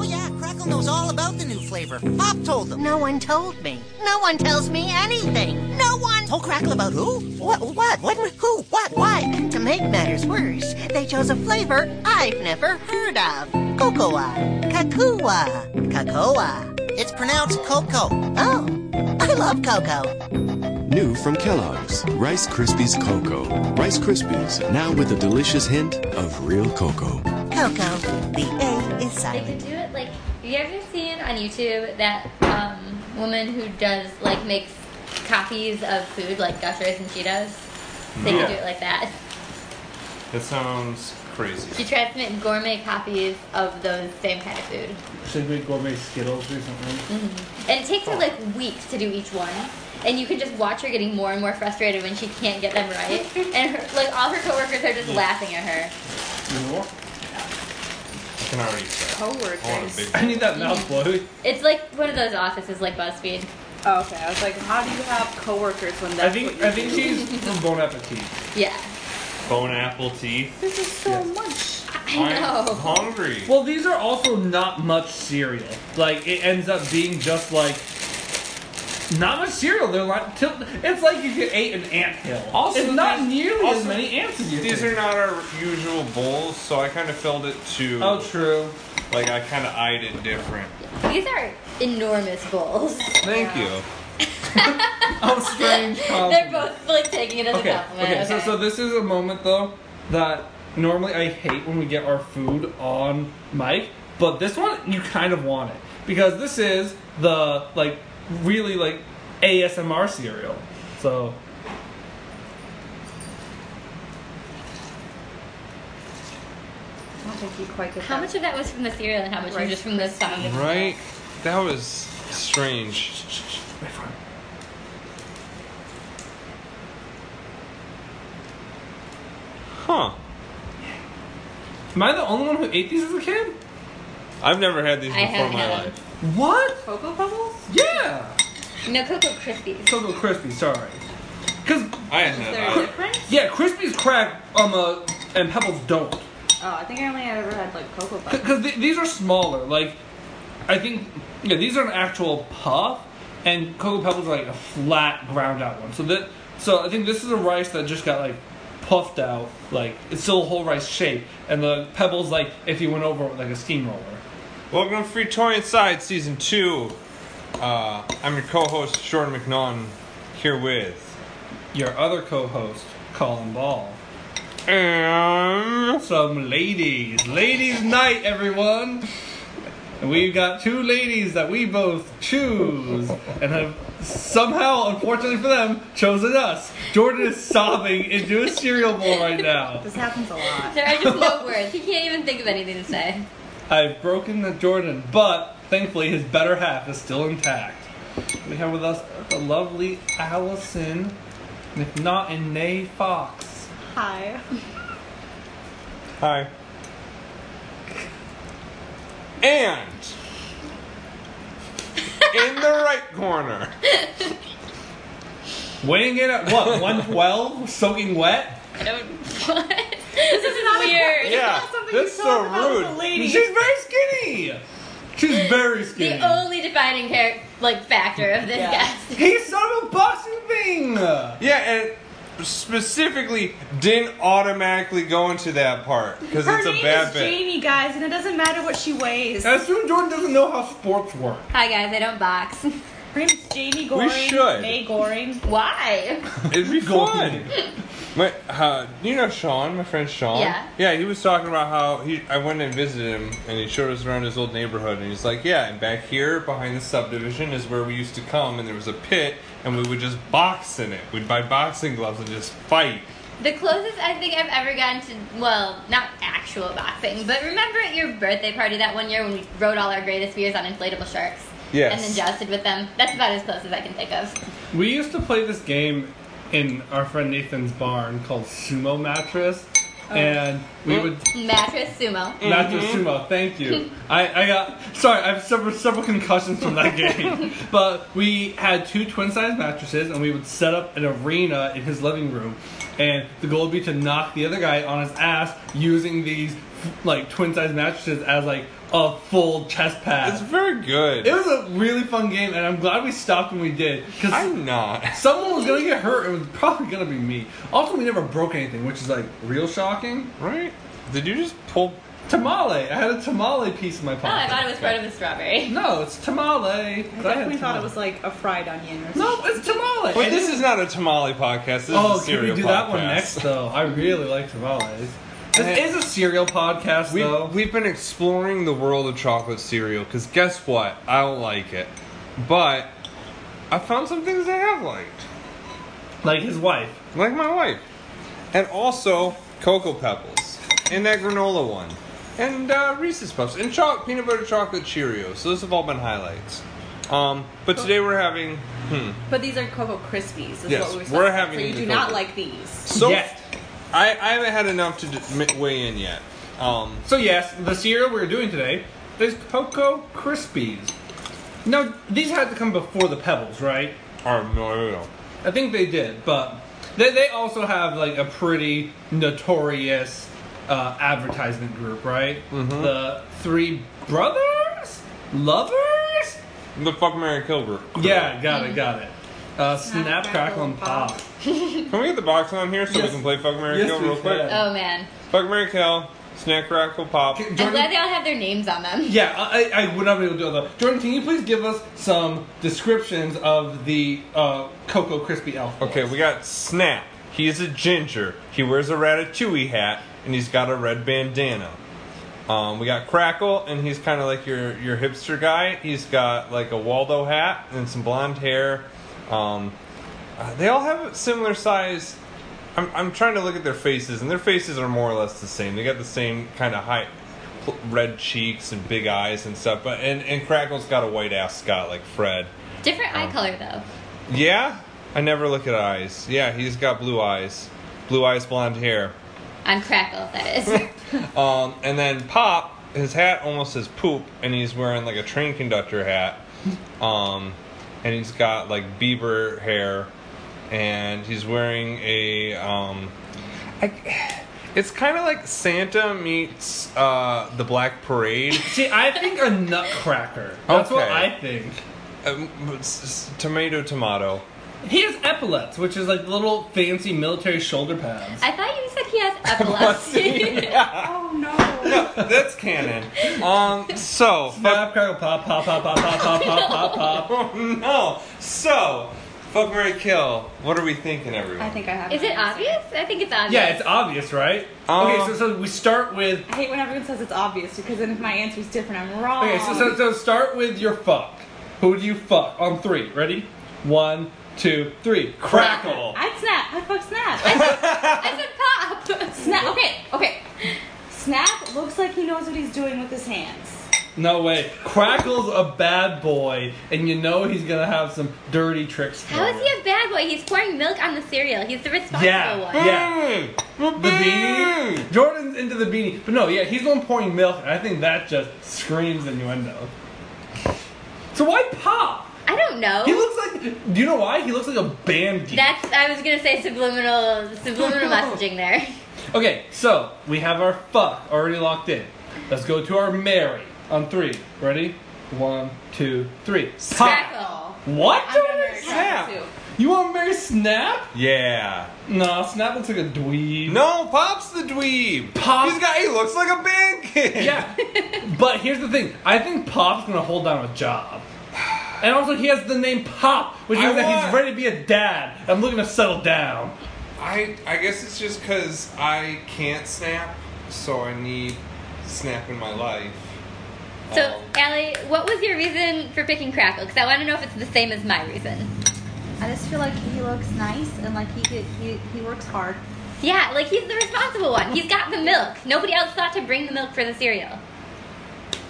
Michael knows all about the new flavor. Pop told him. No one told me. No one tells me anything. No one. Told Crackle about who? What? What? What? Who? What? Why? And to make matters worse, they chose a flavor I've never heard of. Cocoa. Kakua. Cocoa. It's pronounced cocoa. Oh, I love cocoa. New from Kellogg's Rice Krispies Cocoa. Rice Krispies, now with a delicious hint of real cocoa. Cocoa. The A is They could silent. do it like have you guys have seen on YouTube that um, woman who does like makes copies of food like Gushers and Cheetos. They could do Yeah. it like that. That sounds She crazy. tries to make gourmet copies of those same kind of food, She made gourmet Skittles recently. and it takes her like weeks to do each one. And you can just watch her getting more and more frustrated when she can't get them right. And her, like all her coworkers are just laughing at her. You know what? I can already tell. I want a Coworkers. big I need that mouth blow. It's like one of those offices like BuzzFeed. Oh, okay, I was like, how do you have coworkers when that's I think what you I think do? she's from Bon Appetit. Yeah, bone apple tea. This is so much. I I'm know. hungry. Well, these are also not much cereal. Like it ends up being just like not much cereal. They're like till, it's like if you ate an ant hill. Also, it's not these- nearly as also, many ants as you. These think. are not our usual bowls, so I kind of filled it to Oh, true. like I kind of eyed it different. These are enormous bowls. Thank you. Oh, strange. They're compliment. both like taking it as a Okay. compliment. Okay. So, so this is a moment though that normally I hate when we get our food on mic, but this one you kind of want it because this is the like really like ASMR cereal. So I don't think you quite get How that. much of that was from the cereal and how much was just from the song? Right? That was strange. Huh. am I the only one who ate these as a kid? I've never had these I before haven't in my had life. What? Cocoa Bubbles? Yeah. No, Cocoa Krispies. Cocoa crispy. Sorry. Cause I Is hadn't had there a that. difference? yeah, Krispies crack um uh, and Pebbles don't. Oh, I think I only ever had like Cocoa Bubbles. because th- these are smaller. Like, I think yeah, these are an actual puff, and cocoa pebbles are like a flat, ground out one. So that so I think this is a rice that just got like puffed out. Like it's still a whole rice shape, and the pebbles like if you went over it with like a steamroller. Welcome to Free Toy Inside Season 2. Uh, I'm your co host, Jordan McNaughton, here with. Your other co-host, Colin Ball. And. Some ladies, ladies' night, everyone. And we've got two ladies that we both choose and have somehow, unfortunately for them, chosen us. Jordan is sobbing into a cereal bowl right now. This happens a lot. There are just no words. He can't even think of anything to say. I've broken the Jordan, but thankfully his better half is still intact. We have with us the lovely Allison McNaught and Nay Fox. Hi. Hi. And. In the right corner. Weighing in at what, 112? Soaking wet? I don't. What? This is weird. Yeah, something you that's so talk about with rude. a lady. She's very skinny! She's very skinny. The only defining character, like factor of this Yeah. guest. He saw the boxing thing. Yeah, and specifically didn't automatically go into that part because Her it's name a bad is bit. Jamie, guys, and it doesn't matter what she weighs. I assume Jordan doesn't know how sports work. Hi guys, I don't box. Her name's Jamie Goring. should. May Goring. Why? It'd be Go fun. My, uh, you know Sean, my friend Sean. Yeah. Yeah, he was talking about how he. I went and visited him, and he showed us around his old neighborhood, and he's like, "Yeah, and back here behind the subdivision is where we used to come, and there was a pit, and we would just box in it. We'd buy boxing gloves and just fight." The closest I think I've ever gotten to, well, not actual boxing, but remember at your birthday party that one year when we wrote all our greatest fears on inflatable sharks? Yes. And then jousted with them? That's about as close as I can think of. We used to play this game in our friend Nathan's barn called Sumo Mattress, and we would Mattress sumo. mattress sumo. Thank you. I, I got sorry. I've suffered several concussions from that game, but we had two twin size mattresses, and we would set up an arena in his living room, and the goal would be to knock the other guy on his ass using these like twin size mattresses as like a full chest It's pass. very good. It was a really fun game, and I'm glad we stopped when we did. Because I'm not. someone was gonna get hurt, and it was probably gonna be me. Also, we never broke anything, which is like real shocking. Right? Did you just pull? Tamale. I had a tamale piece in my No, Oh, I pocket. thought it was part of a strawberry. No, it's tamale. but I I had definitely thought tamale. it was like a fried onion or something. No, it's tamale. Wait, And this is not a tamale podcast. This Oh, is a can cereal we do that one podcast. next though? I really like tamales. Eh. This is a cereal podcast We, though. we've been exploring the world of chocolate cereal because guess what? I don't like it, but I found some things I have liked. like his wife. like my wife, and also cocoa pebbles, and that granola one, and uh, Reese's Puffs, and cho- peanut butter chocolate Cheerios. So those have all been highlights. Um, but today we're having hmm, But these are Cocoa Krispies. Is Yes, what we were we're supposed to- having So you the do not Cocoa. like these. so Yet. I, I haven't had enough to d- weigh in yet. Um, So yes, the cereal we're doing today is Cocoa Krispies. Now these had to come before the Pebbles, right? or no, no, no. I think they did, but they, they also have like a pretty notorious uh, advertisement group, right? Mm-hmm. The Three Brothers Lovers. the fuck Mary Kilbert. Yeah, got it, got it. Uh, snap, crackle, and pop. Can we get the box on here so Yes. we can play fuck Mary Yes, Kill we real quick? can. Oh man, Fuck Mary Kill, snack crackle pop. Okay, I'm Jordan- glad they all have their names on them. Yeah, I, I I would not be able to do that. Jordan, can you please give us some descriptions of the uh, Cocoa Crispy Elf? Okay, we got Snap. He's a ginger. He wears a ratatouille hat and he's got a red bandana. Um, we got Crackle, and he's kind of like your your hipster guy. He's got like a Waldo hat and some blonde hair. Um, uh, they all have a similar size. I'm, I'm trying to look at their faces, and their faces are more or less the same. They got the same kind of high pl- red cheeks and big eyes and stuff. But and, and Crackle's got a white ascot like Fred. Different Oh. eye color though. Yeah, I never look at eyes. Yeah, he's got blue eyes, blue eyes, blonde hair. On Crackle, that is. Um, and then Pop, his hat almost says poop, and he's wearing like a train conductor hat. Um, and he's got like Bieber hair, and he's wearing a. Um, I, it's kind of like Santa meets uh, the Black Parade. See, I think a nutcracker. That's what Okay. I think. um, s- s- tomato, tomato. He has epaulets, which is like little fancy military shoulder pads. I thought you said he has epilepsy. Oh no. That's canon. Um, so Snap, crackle, pop, pop, pop, pop, pop, pop, pop, pop, pop. Oh no! So, fuck Mary Kill. What are we thinking, everyone? I think I have. is it obvious? I think it's obvious. Yeah, it's obvious, right? Uh, okay, so, so we start with. I hate when everyone says it's obvious because then if my answer is different, I'm wrong. Okay, so, so, so start with your fuck. Who do you fuck? On three. Ready? One, two, three. Crackle. I'd snap. I'd fuck snap. I said pop. snap. Okay, okay. Snap looks like he knows what he's doing with his hands. No way. Crackle's a bad boy, and you know he's gonna have some dirty tricks. for How is you. he a bad boy? He's pouring milk on the cereal. He's the responsible Yeah, one. yeah. Mm, The beanie. Jordan's into the beanie, but no, yeah, he's the one pouring milk, and I think that just screams innuendo. So why pop? I don't know. He looks like. Do you know why? He looks like a band geek. That's I was gonna say subliminal subliminal messaging there. Okay, so we have our fuck already locked in. Let's go to our Mary on three. Ready? One, two, three. Pop. Crackle. What? I'm gonna Jordan? marry Snap. Snap too. You want to marry Snap? Yeah. No, Snap looks like a dweeb. No, Pop's the dweeb. Pop- He's got. He looks like a band kid. Yeah. but here's the thing. I think Pop's gonna hold down a job. And also he has the name Pop, which I means that he's want- ready to be a dad. I'm looking to settle down. I. I guess it's just because I can't snap, so I need snap in my life. Um. So Allie, what was your reason for picking Crackle? Because I want to know if it's the same as my reason. I just feel like he looks nice and like he could, he he works hard. Yeah, like he's the responsible one. He's got the milk. Nobody else thought to bring the milk for the cereal.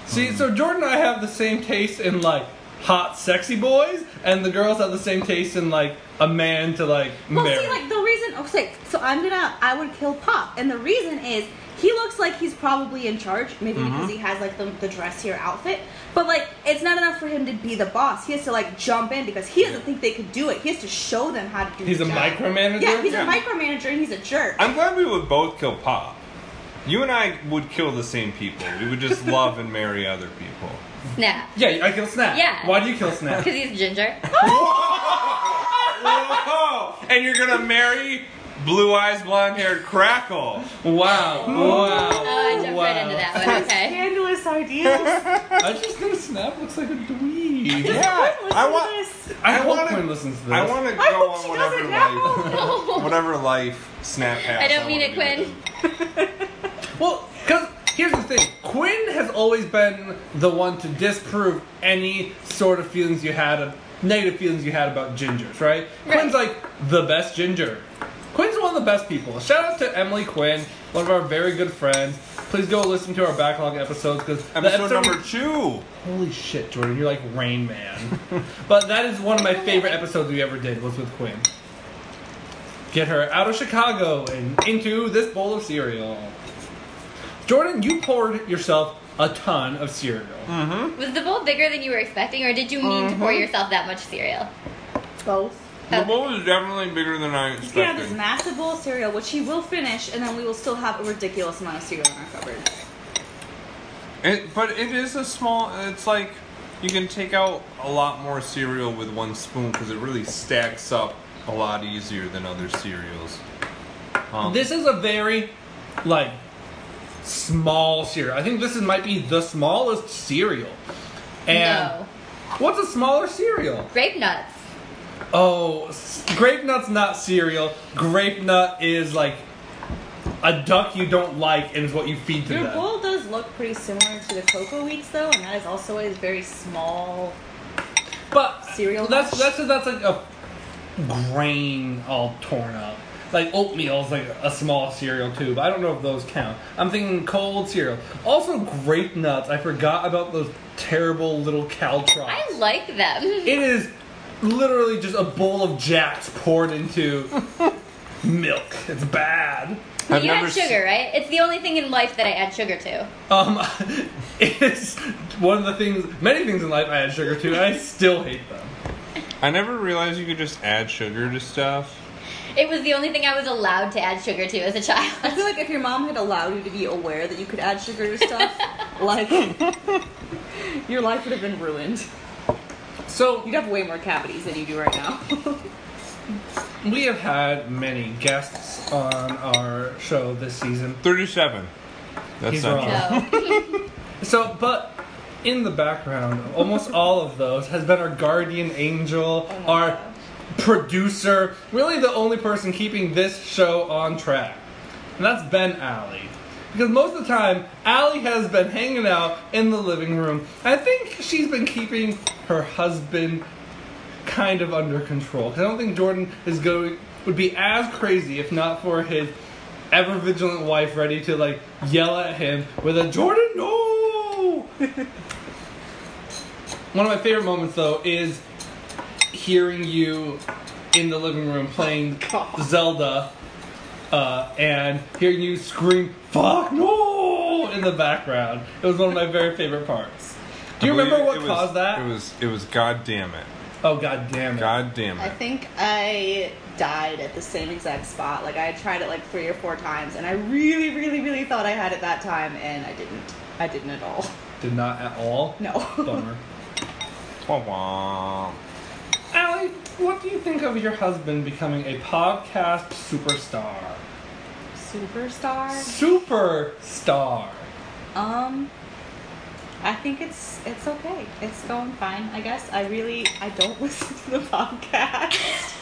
See, so Jordan and I have the same taste in like hot sexy boys, and the girls have the same taste in like a man to like Well, marry. see, like the reason. Okay, so I'm gonna. I would kill Pop, and the reason is he looks like he's probably in charge. Maybe Mm-hmm. because he has like the, the dressier outfit. But like, it's not enough for him to be the boss. He has to like jump in because he doesn't think they could do it. He has to show them how to do. he's a the job. micromanager. Yeah, he's Yeah. a micromanager and he's a jerk. I'm glad we would both kill Pop. You and I would kill the same people. We would just love and marry other people. Snap. Yeah, I kill Snap. Yeah. Why do you kill Snap? Because he's ginger. Oh, and you're gonna marry blue eyes, blonde haired Crackle. wow. Wow. Oh, I jumped right Wow. into that one. Okay. Scandalous ideas. I just think Snap looks like a dweeb. Yeah, I want. want. I I, hope wanna- Quinn listens to this. I want to go I hope on she whatever doesn't life, whatever life Snap has. I don't mean wanna it, do Quinn. Well, because here's the thing Quinn has always been the one to disprove any sort of feelings you had, of, negative feelings you had about gingers, right? Quinn's like the best ginger. Quinn's one of the best people. Shout out to Emily Quinn, one of our very good friends. Please go listen to our backlog episodes because Episode number two. Holy shit, Jordan, you're like Rain Man. but that is one of my favorite episodes we ever did was with Quinn. Get her out of Chicago and into this bowl of cereal. Jordan, you poured yourself a ton of cereal. Was the bowl bigger than you were expecting, or did you mean to Mm-hmm. pour yourself that much cereal? Both. The bowl is definitely bigger than I He's gonna have this expected. massive bowl of cereal, which he will finish, and then we will still have a ridiculous amount of cereal in our cupboard. It, but it is a small. It's like you can take out a lot more cereal with one spoon because it really stacks up a lot easier than other cereals. Um, This is a very, like, small cereal. I think this is, might be the smallest cereal. And No. what's a smaller cereal? Grape nuts. Oh, s- grape nut's not cereal. Grape nut is like a duck you don't like and is what you feed to Your them. bowl does look pretty similar to the Cocoa Wheats, though, and that is also a very small. But Cereal That's much? that's that's like a grain all torn up. Like oatmeal's like a small cereal too, but I don't know if those count. I'm thinking cold cereal. Also, grape nuts. I forgot about those terrible little caltrops. I like them. It is literally just a bowl of jacks poured into milk. It's bad. I've you never add s- sugar, right? It's the only thing in life that I add sugar to. Um, it's one of the things, many things in life I add sugar to, and I still hate them. I never realized you could just add sugar to stuff. It was the only thing I was allowed to add sugar to as a I child. feel like if your mom had allowed you to be aware that you could add sugar to stuff, like your life would have been ruined. So You'd have way more cavities than you do right now. we have had many guests on our show this season. Thirty-seven. That's He's not wrong. true. No. So, but in the background, almost all of those has been our guardian angel, our producer, really the only person keeping this show on track. And that's Ben Alley. Because most of the time, Allie has been hanging out in the living room. I think she's been keeping her husband kind of under control. 'Cause I don't think Jordan is going would be as crazy if not for his ever vigilant wife ready to like yell at him with a Jordan no. One of my favorite moments though is hearing you in the living room playing Zelda uh, and hearing you scream "fuck no" in the background. It was one of my very favorite parts. Do you I believe remember what it was- caused that? It was it was god damn it. oh god damn it! God damn it. think I died at the same exact spot. Like I had tried it like three or four times, and I really, really, really thought I had it that time, and I didn't. I didn't at all. Did not at all. No. Bummer. Wah, wah. Allie, what do you think of your husband becoming a podcast superstar? Superstar. Superstar. Um, I think it's it's okay. It's going fine, I guess. I really I don't listen to the podcast.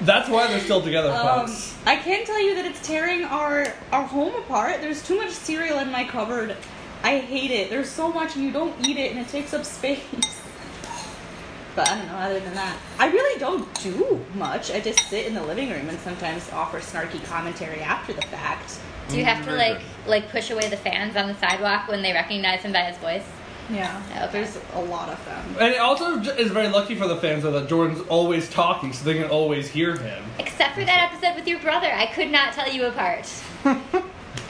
That's why they're still together, Um, folks. I can tell you that it's tearing our our home apart. There's too much cereal in my cupboard. I hate it. There's so much and you don't eat it, and it takes up space. But I don't know. Other than that, I really don't do much. I just sit in the living room and sometimes offer snarky commentary after the fact. Do you have to Very like like push away the fans on the sidewalk when they recognize him by his voice? Yeah, Okay. there's a lot of them. And it also j- is very lucky for the fans though, that Jordan's always talking, so they can always hear him. Except for that episode with your brother, I could not tell you apart.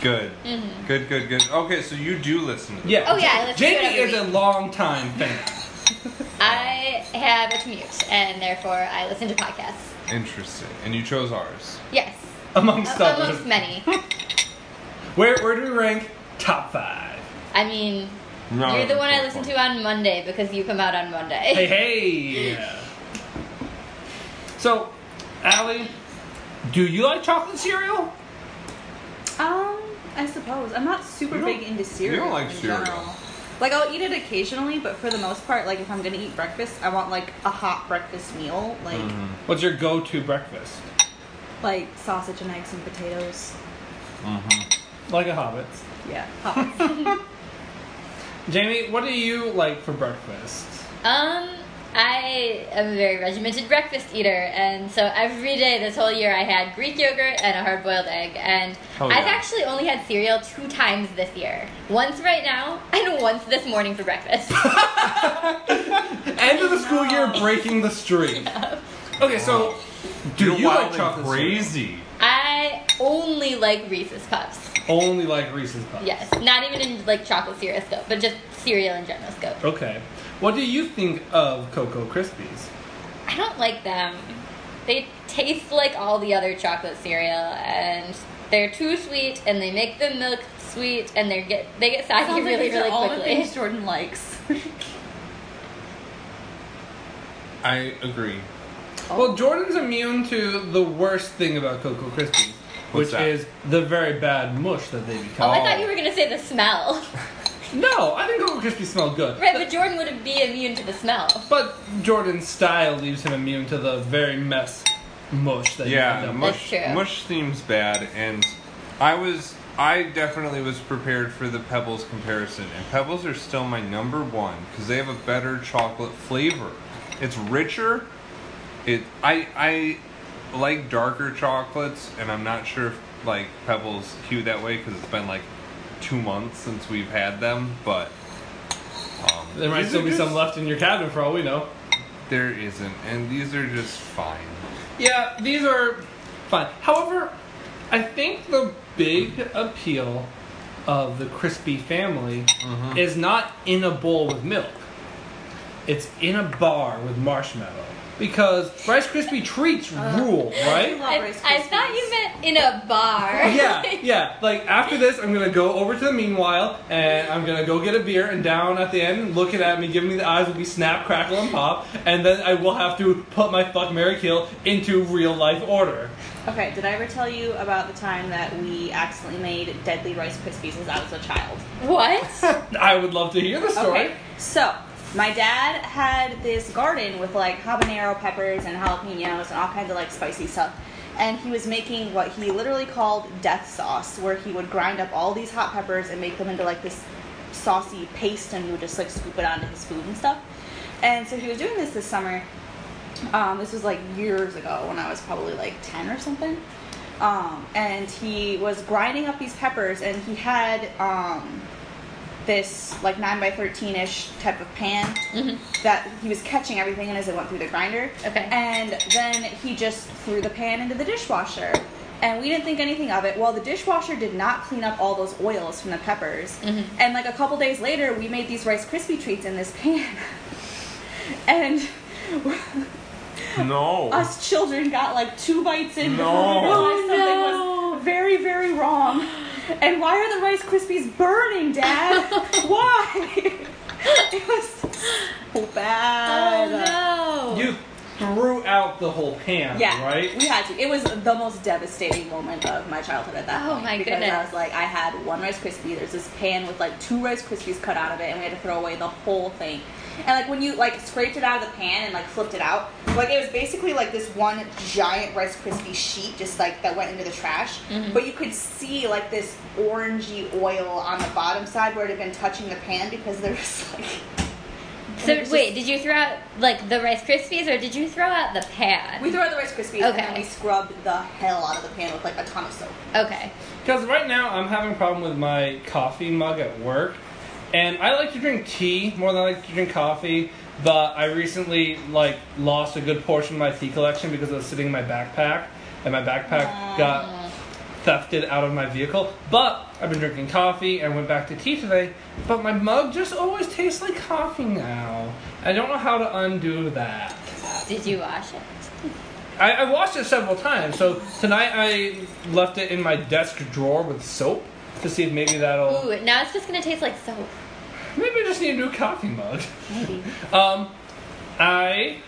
Good. Mm-hmm. Good, good, good. Okay, so you do listen to this. Yeah. Oh, yeah, J- let's do it Jamie every is a long time fan. I have a commute, and therefore I listen to podcasts. Interesting. And you chose ours. Yes, Amongst A- others. amongst many. Where where do we rank? Top five. I mean, No, you're the one I no, listen no. to on Monday because you come out on Monday. Hey hey. Yeah. So, Allie, do you like chocolate cereal? Um, I suppose I'm not super You don't- big into cereal. you don't like in cereal. general. Like I'll eat it occasionally, but for the most part, like if I'm gonna eat breakfast, I want like a hot breakfast meal, like Mm-hmm. What's your go-to breakfast? like sausage and eggs and potatoes. Like a hobbit. Yeah, hot. Jamie, what do you like for breakfast? Um, I am a very regimented breakfast eater, and so every day this whole year I had Greek yogurt and a hard-boiled egg, and Oh, I've yeah. actually only had cereal two times this year. Once right now, and once this morning for breakfast. End of the school year, breaking the streak. Okay, so do You're you wild like and chocolate cereal? crazy. I only like Reese's Puffs. Only like Reese's Puffs. Yes, not even in like chocolate cereal scope, but just cereal in general scope. Okay. What do you think of Cocoa Krispies? I don't like them. They taste like all the other chocolate cereal, and they're too sweet, and they make the milk sweet, and they get they get soggy Sounds like really these are really all the quickly. things Jordan likes. I agree. Oh. Well, Jordan's immune to the worst thing about Cocoa Krispies, What's which that? is the very bad mush that they become. Oh, I thought you were gonna say the smell. No, I think Cocoa Krispies smell good. right, but Jordan would be immune to the smell. But Jordan's style leaves him immune to the very mess mush that Yeah, you end up mush, That's true. mush seems bad, and I was, I definitely was prepared for the Pebbles comparison, and Pebbles are still my number one because they have a better chocolate flavor. It's richer. It, I, I like darker chocolates, and I'm not sure if like Pebbles hue that way because it's been like two months since we've had them, but um, There might these still are be just- some left in your cabinet for all we know. There isn't, and these are just fine. Yeah, these are fine. However, I think the big appeal of the crispy family is not in a bowl with milk. It's in a bar with marshmallow. Because Rice Krispie treats rule, right? love I, Rice I Krispies. thought you meant in a bar. Oh, yeah, yeah. Like after this, I'm gonna go over to the meanwhile, and I'm gonna go get a beer. And down at the end, looking at me, giving me the eyes, will be snap, crackle, and pop. And then I will have to put my fuck, Mary kill into real life order. Okay, did I ever tell you about the time that we accidentally made deadly Rice Krispies as I was a child? What? I would love to hear the story. Okay, so my dad had this garden with like habanero peppers and jalapenos and all kinds of like spicy stuff. And he was making what he literally called death sauce, where he would grind up all these hot peppers and make them into like this saucy paste and we would just like scoop it onto his food and stuff. And so he was doing this this summer. Um, this was like years ago when I was probably like 10 or something. Um, and he was grinding up these peppers and he had. Um, this like 9 by 13 ish type of pan that he was catching everything in as it went through the grinder. Okay. And then he just threw the pan into the dishwasher. And we didn't think anything of it. Well, the dishwasher did not clean up all those oils from the peppers. And like a couple days later, we made these Rice Krispie treats in this pan. and No. us children got like two bites in No. before we realized something Oh, was very, very wrong. And why are the Rice Krispies burning, Dad? why? it was so oh bad. no. You threw out the whole pan, Yeah, right? we had to. It was the most devastating moment of my childhood at that Oh, point my because I goodness. was like, I had one Rice Krispie. There's this pan with like two Rice Krispies cut out of it, and we had to throw away the whole thing. And like when you like scraped it out of the pan and like flipped it out, like it was basically like this one giant Rice Krispie sheet just like that went into the trash. Mm-hmm. But you could see like this orangey oil on the bottom side where it had been touching the pan because there was like so wait, did you throw out like the Rice Krispies, or did you throw out the pan? we threw out the Rice Krispies and then Okay. we scrubbed the hell out of the pan with like a ton of soap. okay. Because right now I'm having a problem with my coffee mug at work, and I like to drink tea more than I like to drink coffee. But I recently like lost a good portion of my tea collection because it was sitting in my backpack, and my backpack got thefted out of my vehicle. But I've been drinking coffee and went back to tea today. But my mug just always tastes like coffee now. I don't know how to undo that. Did you wash it? I, I washed it several times. So tonight I left it in my desk drawer with soap, to see if maybe that'll. Ooh, now it's just gonna taste like soap. Maybe I just need a new coffee mug. Maybe. Um, I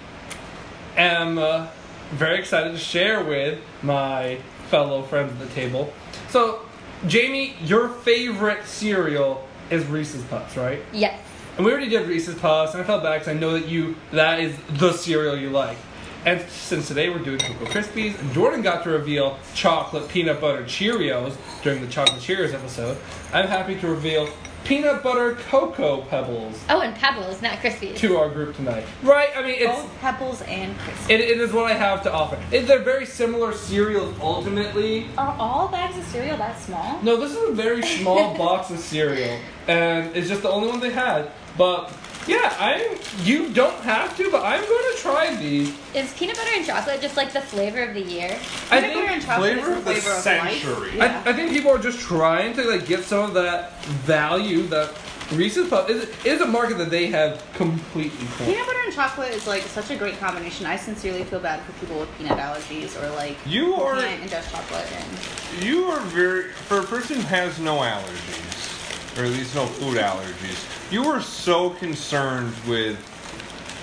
am uh, very excited to share with my fellow friends at the table. So, Jamie, your favorite cereal is Reese's Puffs, right? Yes. And we already did Reese's Puffs, and I felt bad because I know that you that is the cereal you like. And since today we're doing Cocoa Krispies, and Jordan got to reveal chocolate peanut butter Cheerios during the chocolate Cheerios episode, I'm happy to reveal peanut butter cocoa pebbles Oh, and Pebbles, not Krispies. to our group tonight. Right? I mean, it's Both pebbles and crisps. it, it is what I have to offer. It, they're very similar cereals ultimately. Are all bags of cereal that small? No, this is a very small box of cereal, and it's just the only one they had. But yeah, I you don't have to, but I'm going to try these. Is peanut butter and chocolate just like the flavor of the year? I Peanut butter think and chocolate flavor is of the flavor of century. I- life. Yeah. I, I think people are just trying to like get some of that value that Reese's Puff is is a market that they have completely cornered. Peanut butter and chocolate is like such a great combination. I sincerely feel bad for people with peanut allergies or like You are- peanut and dust chocolate. And You are very for a person who has no allergies, or at least no food allergies. You were so concerned with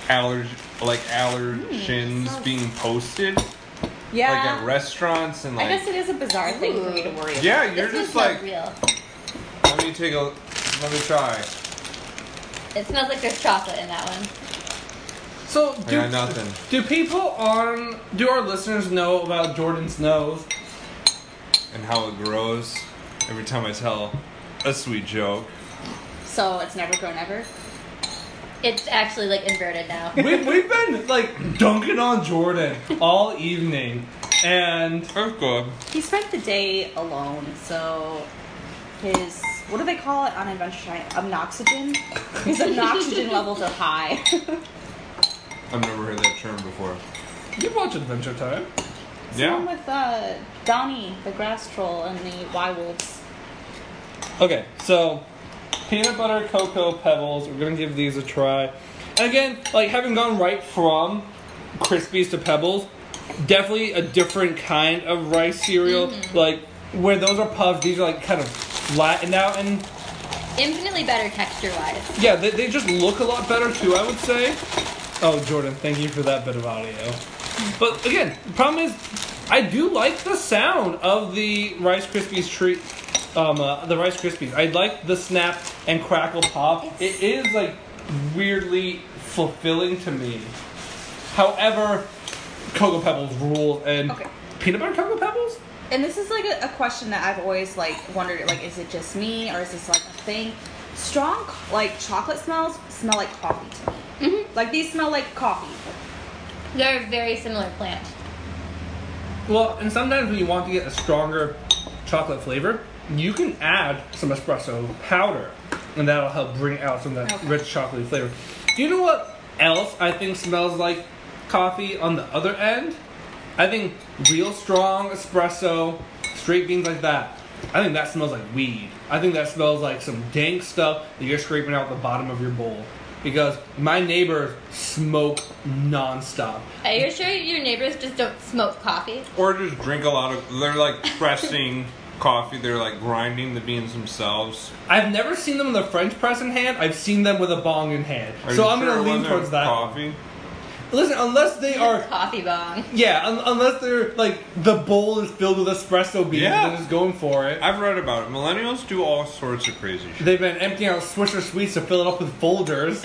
allerg like allergens being posted, like Hmm, yeah, at restaurants and I like. guess it is a bizarre thing for me to worry about. yeah, you're This just one's like. not real. Let me take a. Let me try. It smells like there's chocolate in that one. So do, got nothing. do people on do our listeners know about Jordan's nose? And how it grows every time I tell a sweet joke. So it's never grown ever. It's actually like inverted now. we, we've been like dunking on Jordan all evening, and I'm good. He spent the day alone, so his what do they call it on Adventure Time? Obnoxygen. His obnoxygen levels are high. I've never heard that term before. you watch Adventure Time. Same with uh, Donnie, the grass troll, and the Wywolves. Okay, so peanut butter cocoa pebbles. We're gonna give these a try. And again, like having gone right from Krispies to Pebbles, definitely a different kind of rice cereal. Like where those are puffed, these are like kind of flattened out, and Infinitely better texture wise. yeah, they, they just look a lot better too. I would say. Oh, Jordan, thank you for that bit of audio. But again, the problem is, I do like the sound of the Rice Krispies treat. Um, uh, the Rice Krispies. I like the snap and crackle pop. It is like weirdly fulfilling to me. However, Cocoa Pebbles rule and Okay. peanut butter Cocoa Pebbles. And this is like a, a question that I've always like wondered, like, is it just me or is this like a thing? Strong like chocolate smells smell like coffee to me. Like these smell like coffee. They're a very similar plant. Well, and sometimes when you want to get a stronger chocolate flavor, you can add some espresso powder, and that'll help bring out some of that Okay. rich chocolatey flavor. Do you know what else I think smells like coffee on the other end? I think real strong espresso, straight beans like that. I think that smells like weed. I think that smells like some dank stuff that you're scraping out the bottom of your bowl. Because my neighbors smoke nonstop. Are you sure your neighbors just don't smoke coffee? Or just drink a lot of. They're like pressing coffee. They're like grinding the beans themselves. I've never seen them with a French press in hand. I've seen them with a bong in hand. Are so you I'm sure gonna it lean wasn't towards that. Coffee. Listen, unless they are, Coffee bong. yeah, un- unless they're like the bowl is filled with espresso beans Yeah. and is going for it. I've read about it. Millennials do all sorts of crazy shit. They've been emptying out Swisher Sweets to fill it up with Folgers.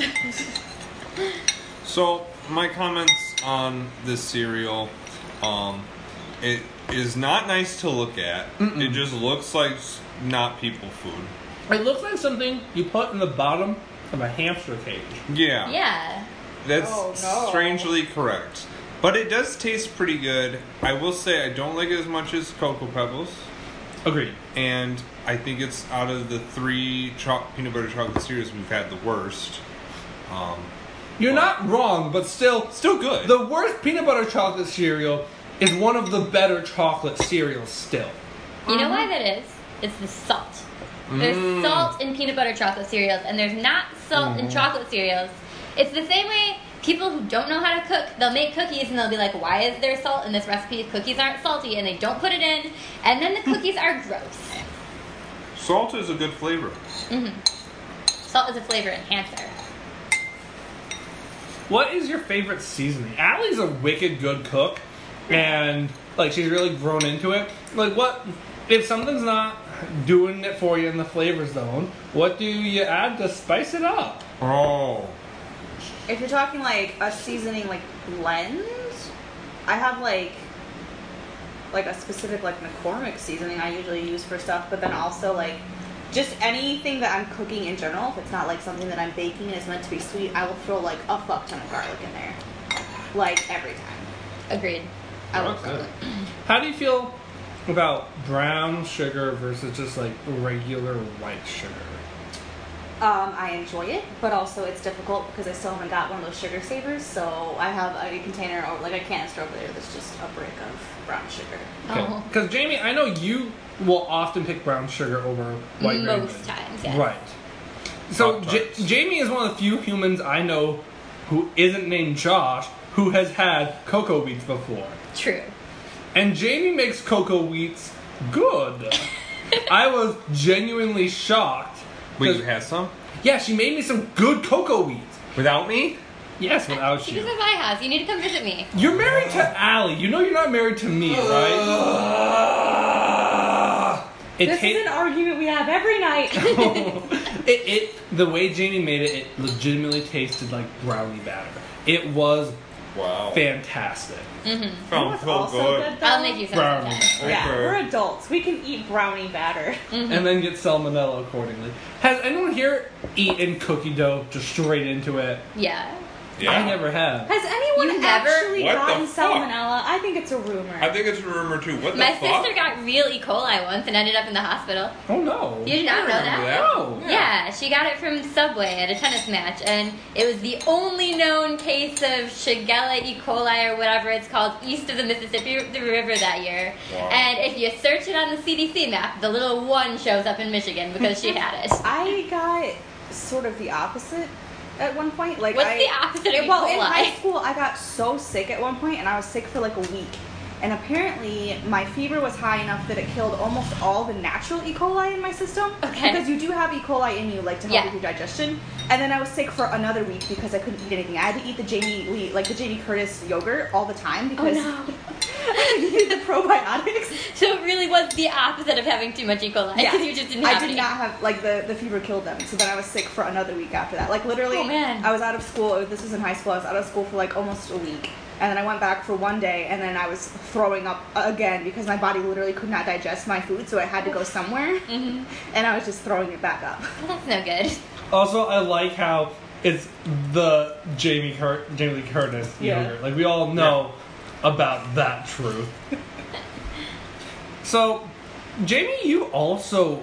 So my comments on this cereal, um, it is not nice to look at. It just looks like s- not people food. it looks like something you put in the bottom of a hamster cage. Yeah. Yeah. That's Oh, no. strangely correct. But it does taste pretty good. I will say I don't like it as much as Cocoa Pebbles. Agreed. And I think it's out of the three cho- peanut butter chocolate cereals we've had the worst. Um, You're not wrong, but still, still good. the worst peanut butter chocolate cereal is one of the better chocolate cereals still. You know Uh-huh. why that is? It's the salt. There's Mm. salt in peanut butter chocolate cereals, and there's not salt Mm-hmm. in chocolate cereals. It's the same way people who don't know how to cook, they'll make cookies and they'll be like, why is there salt in this recipe? Cookies aren't salty, and they don't put it in, and then the cookies are gross. Salt is a good flavor. Salt is a flavor enhancer. What is your favorite seasoning? Allie's a wicked good cook, and like she's really grown into it. Like, what if something's not doing it for you in the flavor zone? What do you add to spice it up? Oh. If you're talking like a seasoning like blend, I have like like a specific like McCormick seasoning I usually use for stuff, but then also like just anything that I'm cooking in general, if it's not like something that I'm baking and it's meant to be sweet, I will throw like a fuck ton of garlic in there. Like every time. Agreed. I will Oh, That's throw good. it. How do you feel about brown sugar versus just like regular white sugar? Um, I enjoy it, but also it's difficult because I still haven't got one of those sugar savers, so I have a container or like a canister over there that's just a brick of brown sugar. Oh. Because Jamie, I know you will often pick brown sugar over white grain Most bread. times, yes. Right. So J- Pop-Tarts. Jamie is one of the few humans I know who isn't named Josh who has had cocoa wheats before, True. and Jamie makes cocoa wheats good. I was genuinely shocked. Wait, 'cause- you had some? yeah, she made me some good cocoa wheats. Without me? Yes, without She you. goes to my house. You need to come visit me. You're married to Allie. You know you're not married to me, right? It This ta- is an argument we have every night. Oh, it, it the way Jamie made it, it legitimately tasted like brownie batter. It was Wow. fantastic. Found so good. I'll make you some. sometime. Brownie batter. Yeah, Okay. we're adults. We can eat brownie batter. Mm-hmm. And then get salmonella accordingly. Has anyone here eaten cookie dough just straight into it? Yeah. Yeah. I never have. Has anyone You never- actually What the gotten fuck? salmonella? I think it's a rumor. I think it's a rumor too. What the My fuck? sister got real E. coli once and ended up in the hospital. Oh no. You did not know remember that? No. Yeah, she got it from Subway at a tennis match, and it was the only known case of Shigella E. coli or whatever it's called east of the Mississippi River that year. Wow. And if you search it on the CDC map, the little one shows up in Michigan because she had it. I got sort of the opposite at one point. Like, What's I, the opposite of E. well, in coli? high school, I got so sick at one point, and I was sick for like a week. And apparently, my fever was high enough that it killed almost all the natural E. coli in my system. Okay. Because you do have E. coli in you, like to help Yeah. with your digestion. And then I was sick for another week because I couldn't eat anything. I had to eat the Jamie Lee, like the Jamie Curtis yogurt all the Oh, time because I needed the probiotics. So it really was the opposite of having too much E. coli because you just didn't have I did any. not have like the the fever killed them. So then I was sick for another week after that. Like literally, Oh, man. I was out of school. This was in high school. I was out of school for like almost a week, and then I went back for one day, and then I was throwing up again because my body literally could not digest my food, so it had to go somewhere, Mm-hmm. and I was just throwing it back up. That's no good. Also, I like how it's the Jamie Cur- Jamie Lee Curtis Yeah. yogurt. Like we all know about that truth. so, Jamie, you also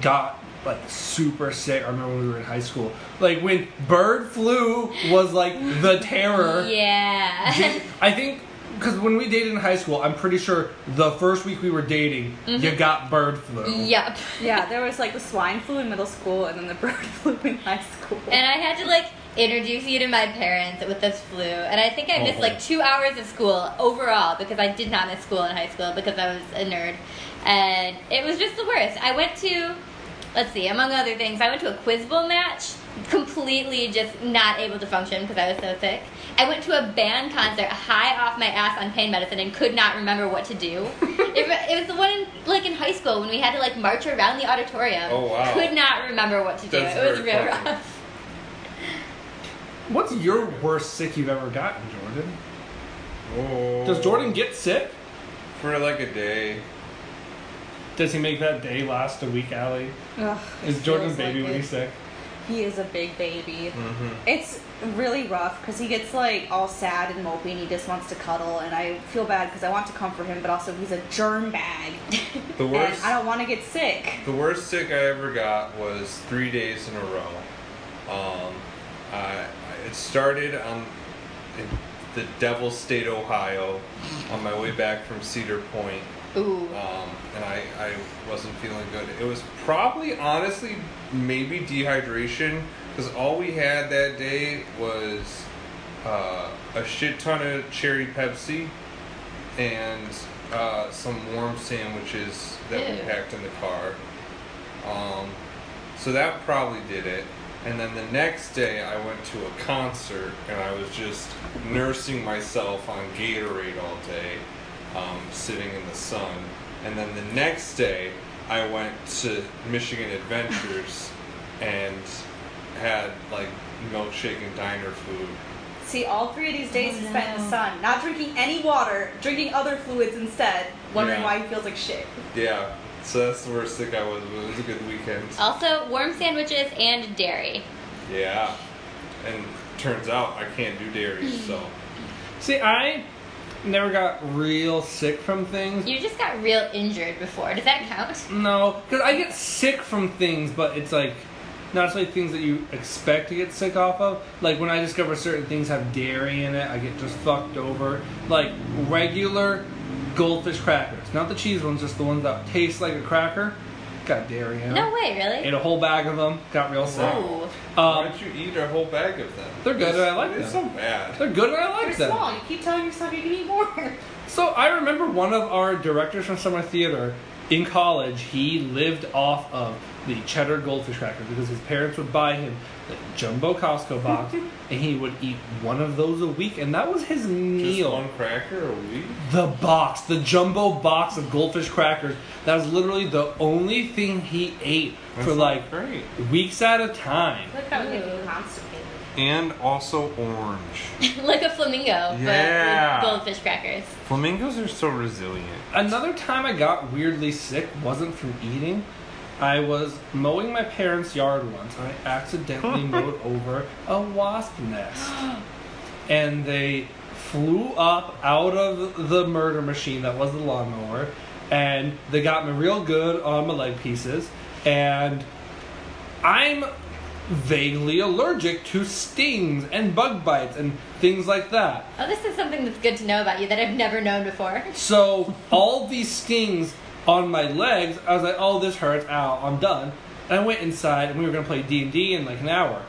got like super sick. I remember when we were in high school. Like when bird flu was like the terror. Yeah. I think because when we dated in high school, I'm pretty sure the first week we were dating, you got bird flu. yep. Mm-hmm. yeah, there was like the swine flu in middle school, and then the bird flu in high school. And I had to like introduce you to my parents with this flu. And I think I missed like Uh-huh. two hours of school overall because I did not miss school in high school because I was a nerd. And it was just the worst. I went to, let's see, among other things, I went to a quiz bowl match, completely just not able to function because I was so sick. I went to a band concert high off my ass on pain medicine and could not remember what to do. it, it was the one in, like in high school when we had to like march around the auditorium. Oh, wow. Could not remember what to do. That's it was very real funny. rough. What's your worst sick you've ever gotten, Jordan? Oh. Does Jordan get sick? for like a day? Does he make that day last a week, Allie? Ugh, Is it Jordan's feels like baby when it. he's sick? He is a big baby. It's really rough because he gets like all sad and mopey and he just wants to cuddle. And I feel bad because I want to comfort him, but also he's a germ bag. The and worst. I don't want to get sick. The worst sick I ever got was three days in a row. Um, I, it started on in the Devil State, Ohio, on my way back from Cedar Point, Ooh. um, and I, I wasn't feeling good. It was probably, honestly, maybe dehydration, because all we had that day was uh, a shit ton of cherry Pepsi and uh, some warm sandwiches that we Ew. packed in the car. Um, so that probably did it. And then the next day, I went to a concert and I was just nursing myself on Gatorade all day, um, sitting in the sun. And then the next day, I went to Michigan Adventures and had like milkshake and diner food. See, all three of these days he spent in the sun, not drinking any water, drinking other fluids instead, wondering Yeah. why he feels like shit. Yeah, so that's the worst thing I was, but it was a good weekend. Also, warm sandwiches and dairy. Yeah. And turns out I can't do dairy, so. See, I never got real sick from things. You just got real injured before. Does that count? No, because I get sick from things, but it's like not necessarily things that you expect to get sick off of. Like when I discover certain things have dairy in it, I get just fucked over. Like regular goldfish crackers, not the cheese ones, just the ones that taste like a cracker, got dairy in No it. way, Ate really? a whole bag of them, got real sick. Ooh. Why Um, don't you eat a whole bag of them? They're good, It's- I like It's them. so bad. they're good and I Oh, You're like them. small. You keep telling yourself you can eat more. So I remember one of our directors from summer theater in college. He lived off of the cheddar goldfish cracker because his parents would buy him the jumbo Costco box, and he would eat one of those a week, and that was his Just meal. one cracker a week? The box, the jumbo box of goldfish crackers. That was literally the only thing he ate That's for not like great. weeks at a time. Look how we can be constipated. And also orange. like a flamingo, Yeah. but with goldfish crackers. Flamingos are so resilient. Another time I got weirdly sick wasn't from eating. I was mowing my parents' yard once and I accidentally mowed over a wasp nest. And they flew up out of the murder machine that was the lawnmower and they got me real good on my leg pieces. And I'm vaguely allergic to stings and bug bites and things like that. Oh, this is something that's good to know about you that I've never known before. So all these stings on my legs, I was like, "Oh, this hurts! Ow, I'm done." And I went inside, and we were gonna play D and D in like an hour.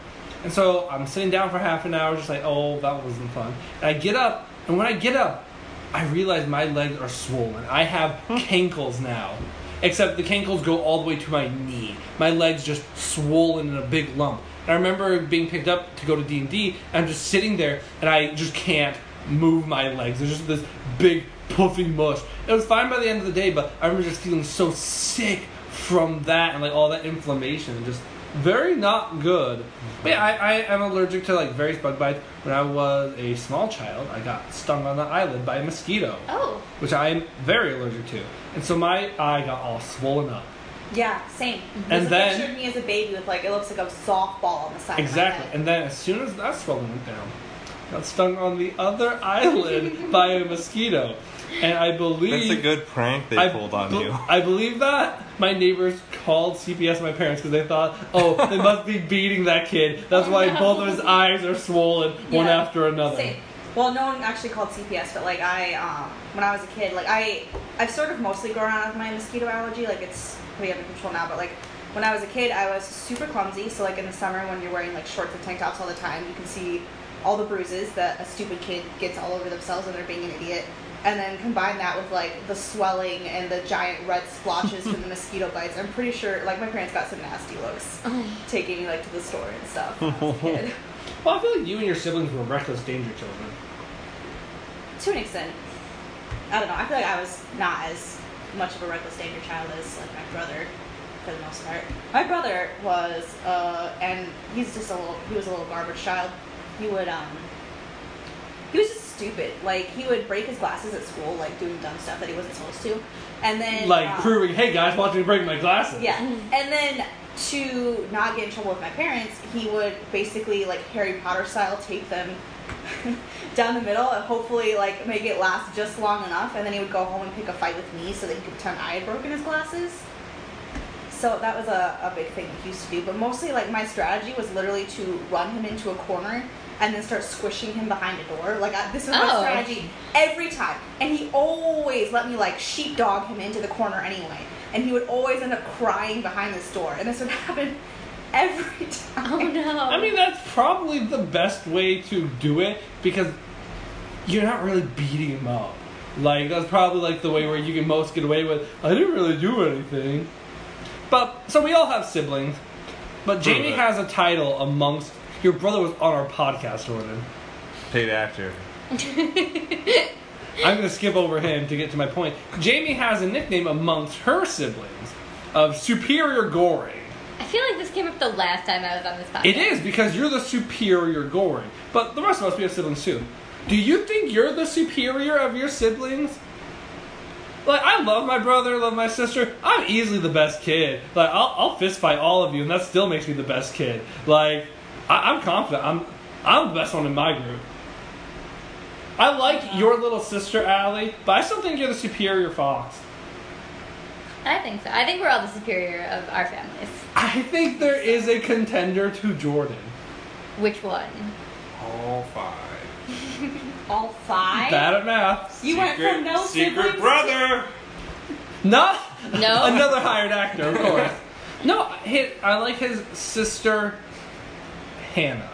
And so I'm sitting down for half an hour, just like, "Oh, that wasn't fun." And I get up, and when I get up, I realize my legs are swollen. I have cankles now, except the cankles go all the way to my knee. My legs just swollen in a big lump. And I remember being picked up to go to D and D, and I'm just sitting there, and I just can't move my legs. There's just this big puffy mush. It was fine by the end of the day, but I remember just feeling so sick from that and like all that inflammation, and just very not good. But yeah, I, I am allergic to like various bug bites. When I was a small child, I got stung on the eyelid by a mosquito, Oh, which I am very allergic to, and so my eye got all swollen up. Yeah, same. And There's then- a picture of me as a baby with like it looks like a softball on the side. Exactly. Of And then as soon as that swelling went down, got stung on the other eyelid by a mosquito. And I believe That's a good prank they pulled on be- you. I believe that my neighbors called CPS my parents because they thought, oh, they must be beating that kid. That's why both of his eyes are swollen one Oh, Yeah. after another. Same. Well, no one actually called CPS, but like I, um, when I was a kid, like I, I've sort of mostly grown out of my mosquito allergy. Like it's pretty under control now, but like when I was a kid, I was super clumsy. So like in the summer, when you're wearing like shorts and tank tops all the time, you can see all the bruises that a stupid kid gets all over themselves when they're being an idiot. And then combine that with like the swelling and the giant red splotches from the mosquito bites. I'm pretty sure like my parents got some nasty looks taking me like to the store and stuff. when I was a kid. Well, I feel like you and your siblings were reckless danger children. to an extent. I don't know. I feel like I was not as much of a reckless danger child as like my brother, for the most part. My brother was, uh, and he's just a little. He was a little garbage child. He would, um, he was just stupid. Like he would break his glasses at school, like doing dumb stuff that he wasn't supposed to, and then Like um, proving, hey guys, watch me break my glasses. yeah. And then to not get in trouble with my parents, he would basically like Harry Potter style take them down the middle and hopefully like make it last just long enough and then he would go home and pick a fight with me so that he could pretend I had broken his glasses. So that was a, a big thing he used to do. But mostly like my strategy was literally to run him into a corner and then start squishing him behind a door. Like I, this was my Oh. strategy every time. And he always let me like sheepdog him into the corner anyway. And he would always end up crying behind this door. And this would happen every time. oh no. I mean, that's probably the best way to do it because you're not really beating him up. Like, that's probably like the way where you can most get away with, I didn't really do anything. But so we all have siblings, but Jamie it. has a title amongst. Your brother was on our podcast, Jordan. Paid actor. I'm going to skip over him to get to my point. Jamie has a nickname amongst her siblings of Superior Gory. I feel like this came up the last time I was on this podcast. It is because you're the superior Gory, but the rest of us we have siblings too. Do you think you're the superior of your siblings? Like I love my brother, love my sister. I'm easily the best kid. Like I'll, I'll fist fight all of you, and that still makes me the best kid. Like I, I'm confident. I'm I'm the best one in my group. I like your little sister, Allie, but I still think you're the superior fox. I think so. I think we're all the superior of our families. I think there is a contender to Jordan. Which one? All five. All five. Bad at math. you went from no siblings secret to- brother. No. No. Another hired actor, of course. no, his, I like his sister, Hannah.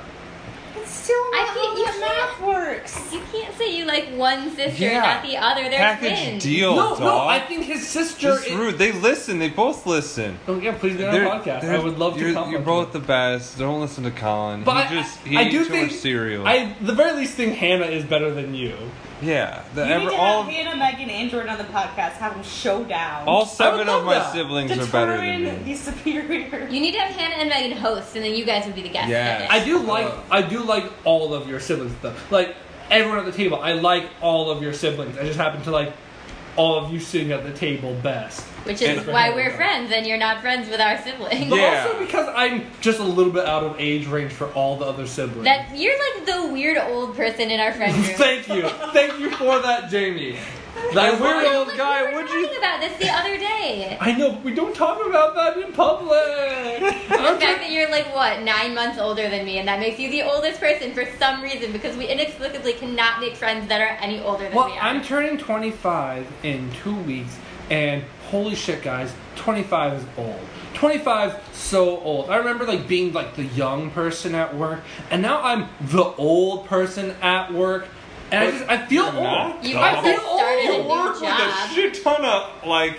It's still I not think how you the can't- math works. You can't say you like one sister Yeah. and not the other. They're Package twins. deal, no, dog. no, I think his sister. Just rude. They listen. They both listen. Oh yeah, please get on the podcast. I they're- would love to. You're, compliment you're both the best. Don't listen to Colin. But he I- just he I ate do too think much cereal. I, the very least thing Hannah is better than you. yeah, the, You need ever, to all have Hannah, Megan, and Jordan on the podcast. Have them show down. all seven love of my that. siblings Determine are better than me. the superior. You need to have Hannah and Megan host, and then you guys would be the guests. Yes. I I guess. do like. I do like all of your siblings though. Like everyone at the table, I like all of your siblings. I just happen to like all of you sitting at the table best. Which is And- why we're friends, and you're not friends with our siblings. But Yeah. also because I'm just a little bit out of age range for all the other siblings. That you're like the weird old person in our friend group. Thank you. Thank you for that, Jamie. That That weird weird old Oh, Like, guy, we were would talking you? about this the other day. I know, but we don't talk about that in public. The fact that you're like what nine months older than me, and that makes you the oldest person for some reason because we inexplicably cannot make friends that are any older than well, we are. I'm turning 25 in two weeks, and holy shit, guys, 25 is old. 25 's so old. I remember like being like the young person at work, and now I'm the old person at work, and I just I feel You're old. not, You dog. I also feel started old. a You new work with a job. shit ton of like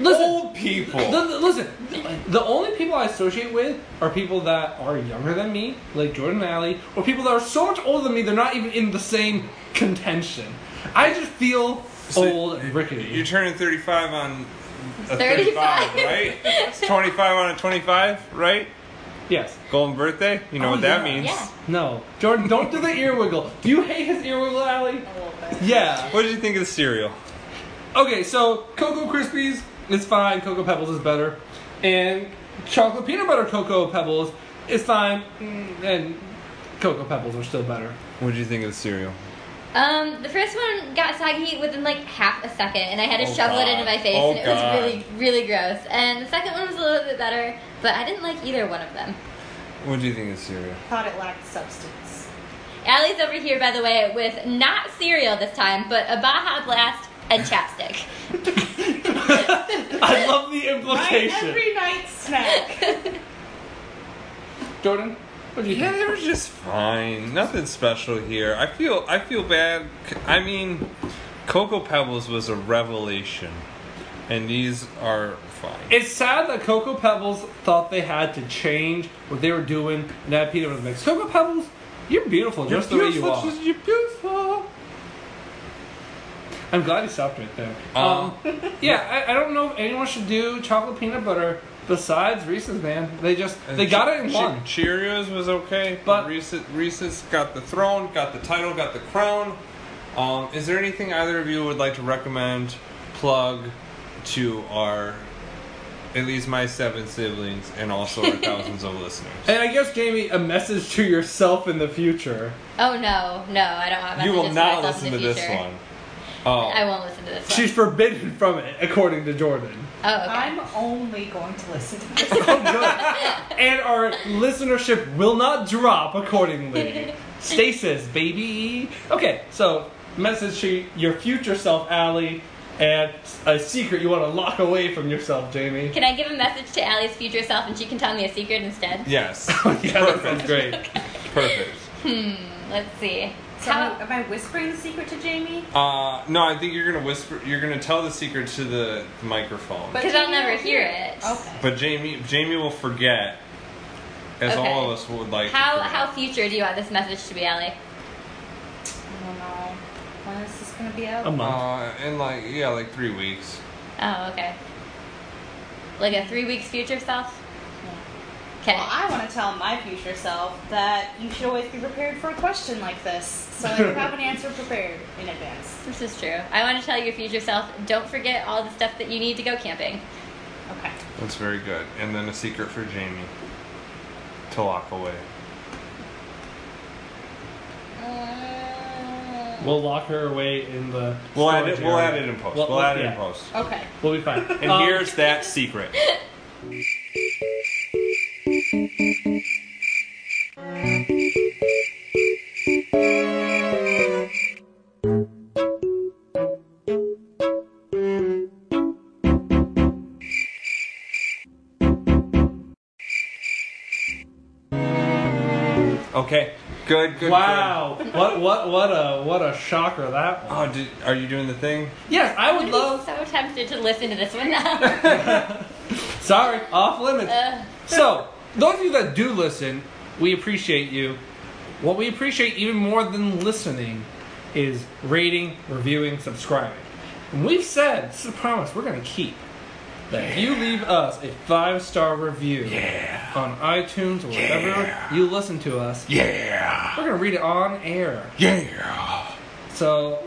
Listen. old people. The- the- listen, the only people I associate with are people that are younger than me, like Jordan Alley, or people that are so much older than me they're not even in the same contention. I just feel So, old and You're rickety. turning 35 on a 35, 35. right? It's 25 on a 25, right? Yes. Golden birthday? You know Oh, what that yeah. means. yeah. No. Jordan, don't do the ear wiggle. Do you hate his ear wiggle, Alley? A little bit. Yeah. What did you think of the cereal? Okay, so Cocoa Krispies is fine. Cocoa Pebbles is better. And chocolate peanut butter Cocoa Pebbles is fine. Mm, And Cocoa Pebbles are still better. What did you think of the cereal? Um, the first one got soggy within like half a second, and I had to Oh, shovel God. it into my face, Oh, and it God. was really, really gross. And the second one was a little bit better, but I didn't like either one of them. What did you think of the cereal? Thought it lacked substance. Allie's over here, by the way, with not cereal this time, but a Baja Blast and chapstick. I love the My implication. every night snack. Jordan, what do you Yeah, think? they were just fine. Nothing special here. I feel I feel bad. C- I mean, Cocoa Pebbles was a revelation, and these are fine. It's sad that Cocoa Pebbles thought they had to change what they were doing and add peanut butter mix. Cocoa Pebbles, you're beautiful just the way you beautiful, are. just- you're beautiful. I'm glad you stopped right there. Um, Um, yeah, I, I don't know if anyone should do chocolate peanut butter besides Reese's, man. They just And they got Che- it in Che- one. Cheerios was okay, But- but Reese's, Reese's got the throne, got the title, got the crown. Um, is there anything either of you would like to recommend, plug to our, at least my seven siblings and also our thousands of listeners? And I guess Jamie, a message to yourself in the future. Oh no, no, I don't want. You messages will for not myself listen in to the this future. one. Oh, I won't listen to this one. She's forbidden from it, according to Jordan. oh, okay. I'm only going to listen to this. and our listenership will not drop accordingly. Stasis, baby. Okay, so message to your future self, Allie, and a secret you want to lock away from yourself, Jamie. Can I give a message to Allie's future self, and she can tell me a secret instead? yes. yeah, that sounds great. Perfect. Let's see. So am, How- I, am I whispering the secret to Jamie? Uh, no, I think you're gonna whisper. You're gonna tell the secret to the microphone. But Because I'll Jamie never won't hear it. Okay. But Jamie, Jamie will forget, as Okay. all of us would like. to How forget. how future do you want this message to be, Allie? I don't know. When is this gonna be out? A month. Uh, in like yeah, like three weeks. Oh, okay. Like a three weeks future self. Okay. Well, I want to tell my future self that you should always be prepared for a question like this, so that you have an answer prepared in advance. This is true. I want to tell your future self, don't forget all the stuff that you need to go camping. Okay. That's very good. And then a secret for Jamie to lock away. We'll lock her away in the. We'll add storage it. We'll area. add it in post. Well, We'll, well, add it yeah. in post. Okay. We'll be fine. And Um, here's that secret. Okay. Good. Good. Wow. what what what a what a shocker that Good. was. Oh, did, are you doing the thing? Yes, I would I'm love. so tempted to listen to this one now. Sorry, off limits. Ugh. So, those of you that do listen, we appreciate you. What we appreciate even more than listening is rating, reviewing, subscribing. And we've said, this is a promise we're going to keep, that if you leave us a five star review on iTunes or whatever you listen to us, Yeah. we're going to read it on air. Yeah. So,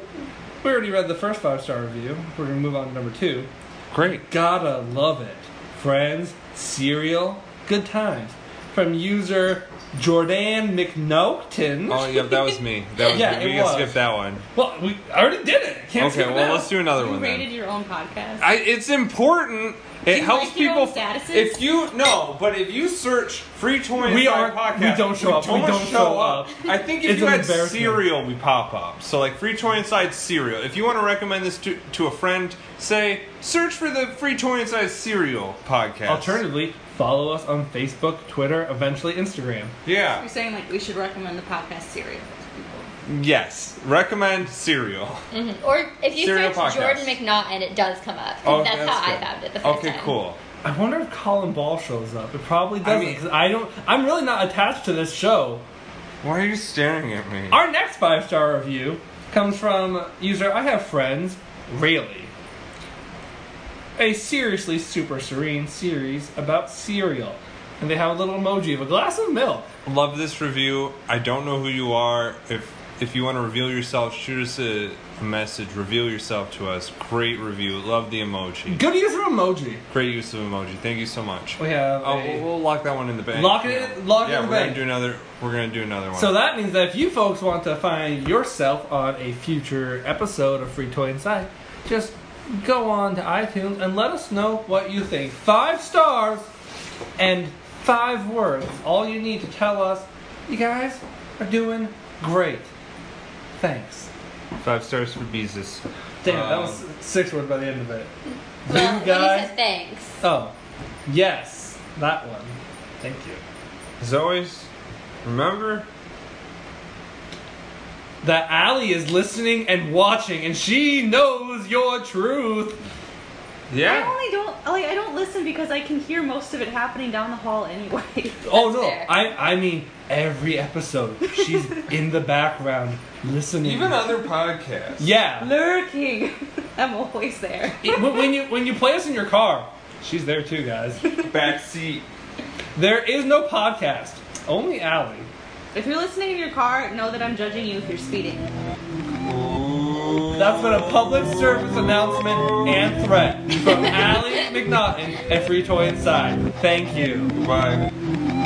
we already read the first five star review. We're going to move on to number two. Great. Gotta love it. Friends, cereal, good times. From user Jordan McNaughton. Oh, yeah, that was me. That was Yeah, me. We it can was. skip that one. Well, we I already did it. Can't okay, skip it well, now. let's do another You one rated then. your own podcast. I, it's important. It you helps like your people. own statuses? If you no, but if you search free toy We Inside are- podcast, we don't show up. We don't show up. I think if It's you an had embarrassment. cereal, we pop up. So like free toy inside cereal. If you want to recommend this to, to a friend, say search for the free toy inside cereal podcast. Alternatively, follow us on Facebook, Twitter, eventually Instagram. Yeah. You're saying like we should recommend the podcast series. Yes. Recommend cereal. or if you Serial search podcast. Jordan McNaught and it does come up. 'cause Oh, that's, how good. I found it the first Okay, time. cool. I wonder if Colin Ball shows up. It probably doesn't mean- 'cause I don't I'm really not attached to this show. Why are you staring at me? Our next five star review comes from user I have friends, really. A seriously super serene series about cereal. And they have a little emoji of a glass of milk. Love this review. I don't know who you are. If if you want to reveal yourself, shoot us a message. Reveal yourself to us. Great review. Love the emoji. Good use of emoji. Great use of emoji. Thank you so much. We have Oh, a- we'll, we'll lock that one in the bank. Lock it in- lock it yeah, in the we're bank. gonna do another. We're gonna do another one. So that means that if you folks want to find yourself on a future episode of Free Toy Inside, just go on to iTunes and let us know what you think. Five stars and five words. All you need to tell us, you guys are doing great. Thanks. five stars for Beezus. Damn, that Um, was six words by the end of it. Well, You when guys- he says thanks. Oh, yes, that one. Thank you. As always, remember. That Allie is listening and watching, and she knows your truth. I Yeah. only don't like I don't listen because I can hear most of it happening down the hall anyway. Oh That's no, fair. I I mean every episode she's in the background listening. Even other podcasts. yeah, Lurking. I'm always there. It- when when you when you play us in your car, she's there too, guys. Backseat. There is no podcast, only Allie. If you're listening in your car, know that I'm judging you if you're speeding. That's been a public service announcement and threat from Allie McNaughton at Free Toy Inside. Thank you. Bye.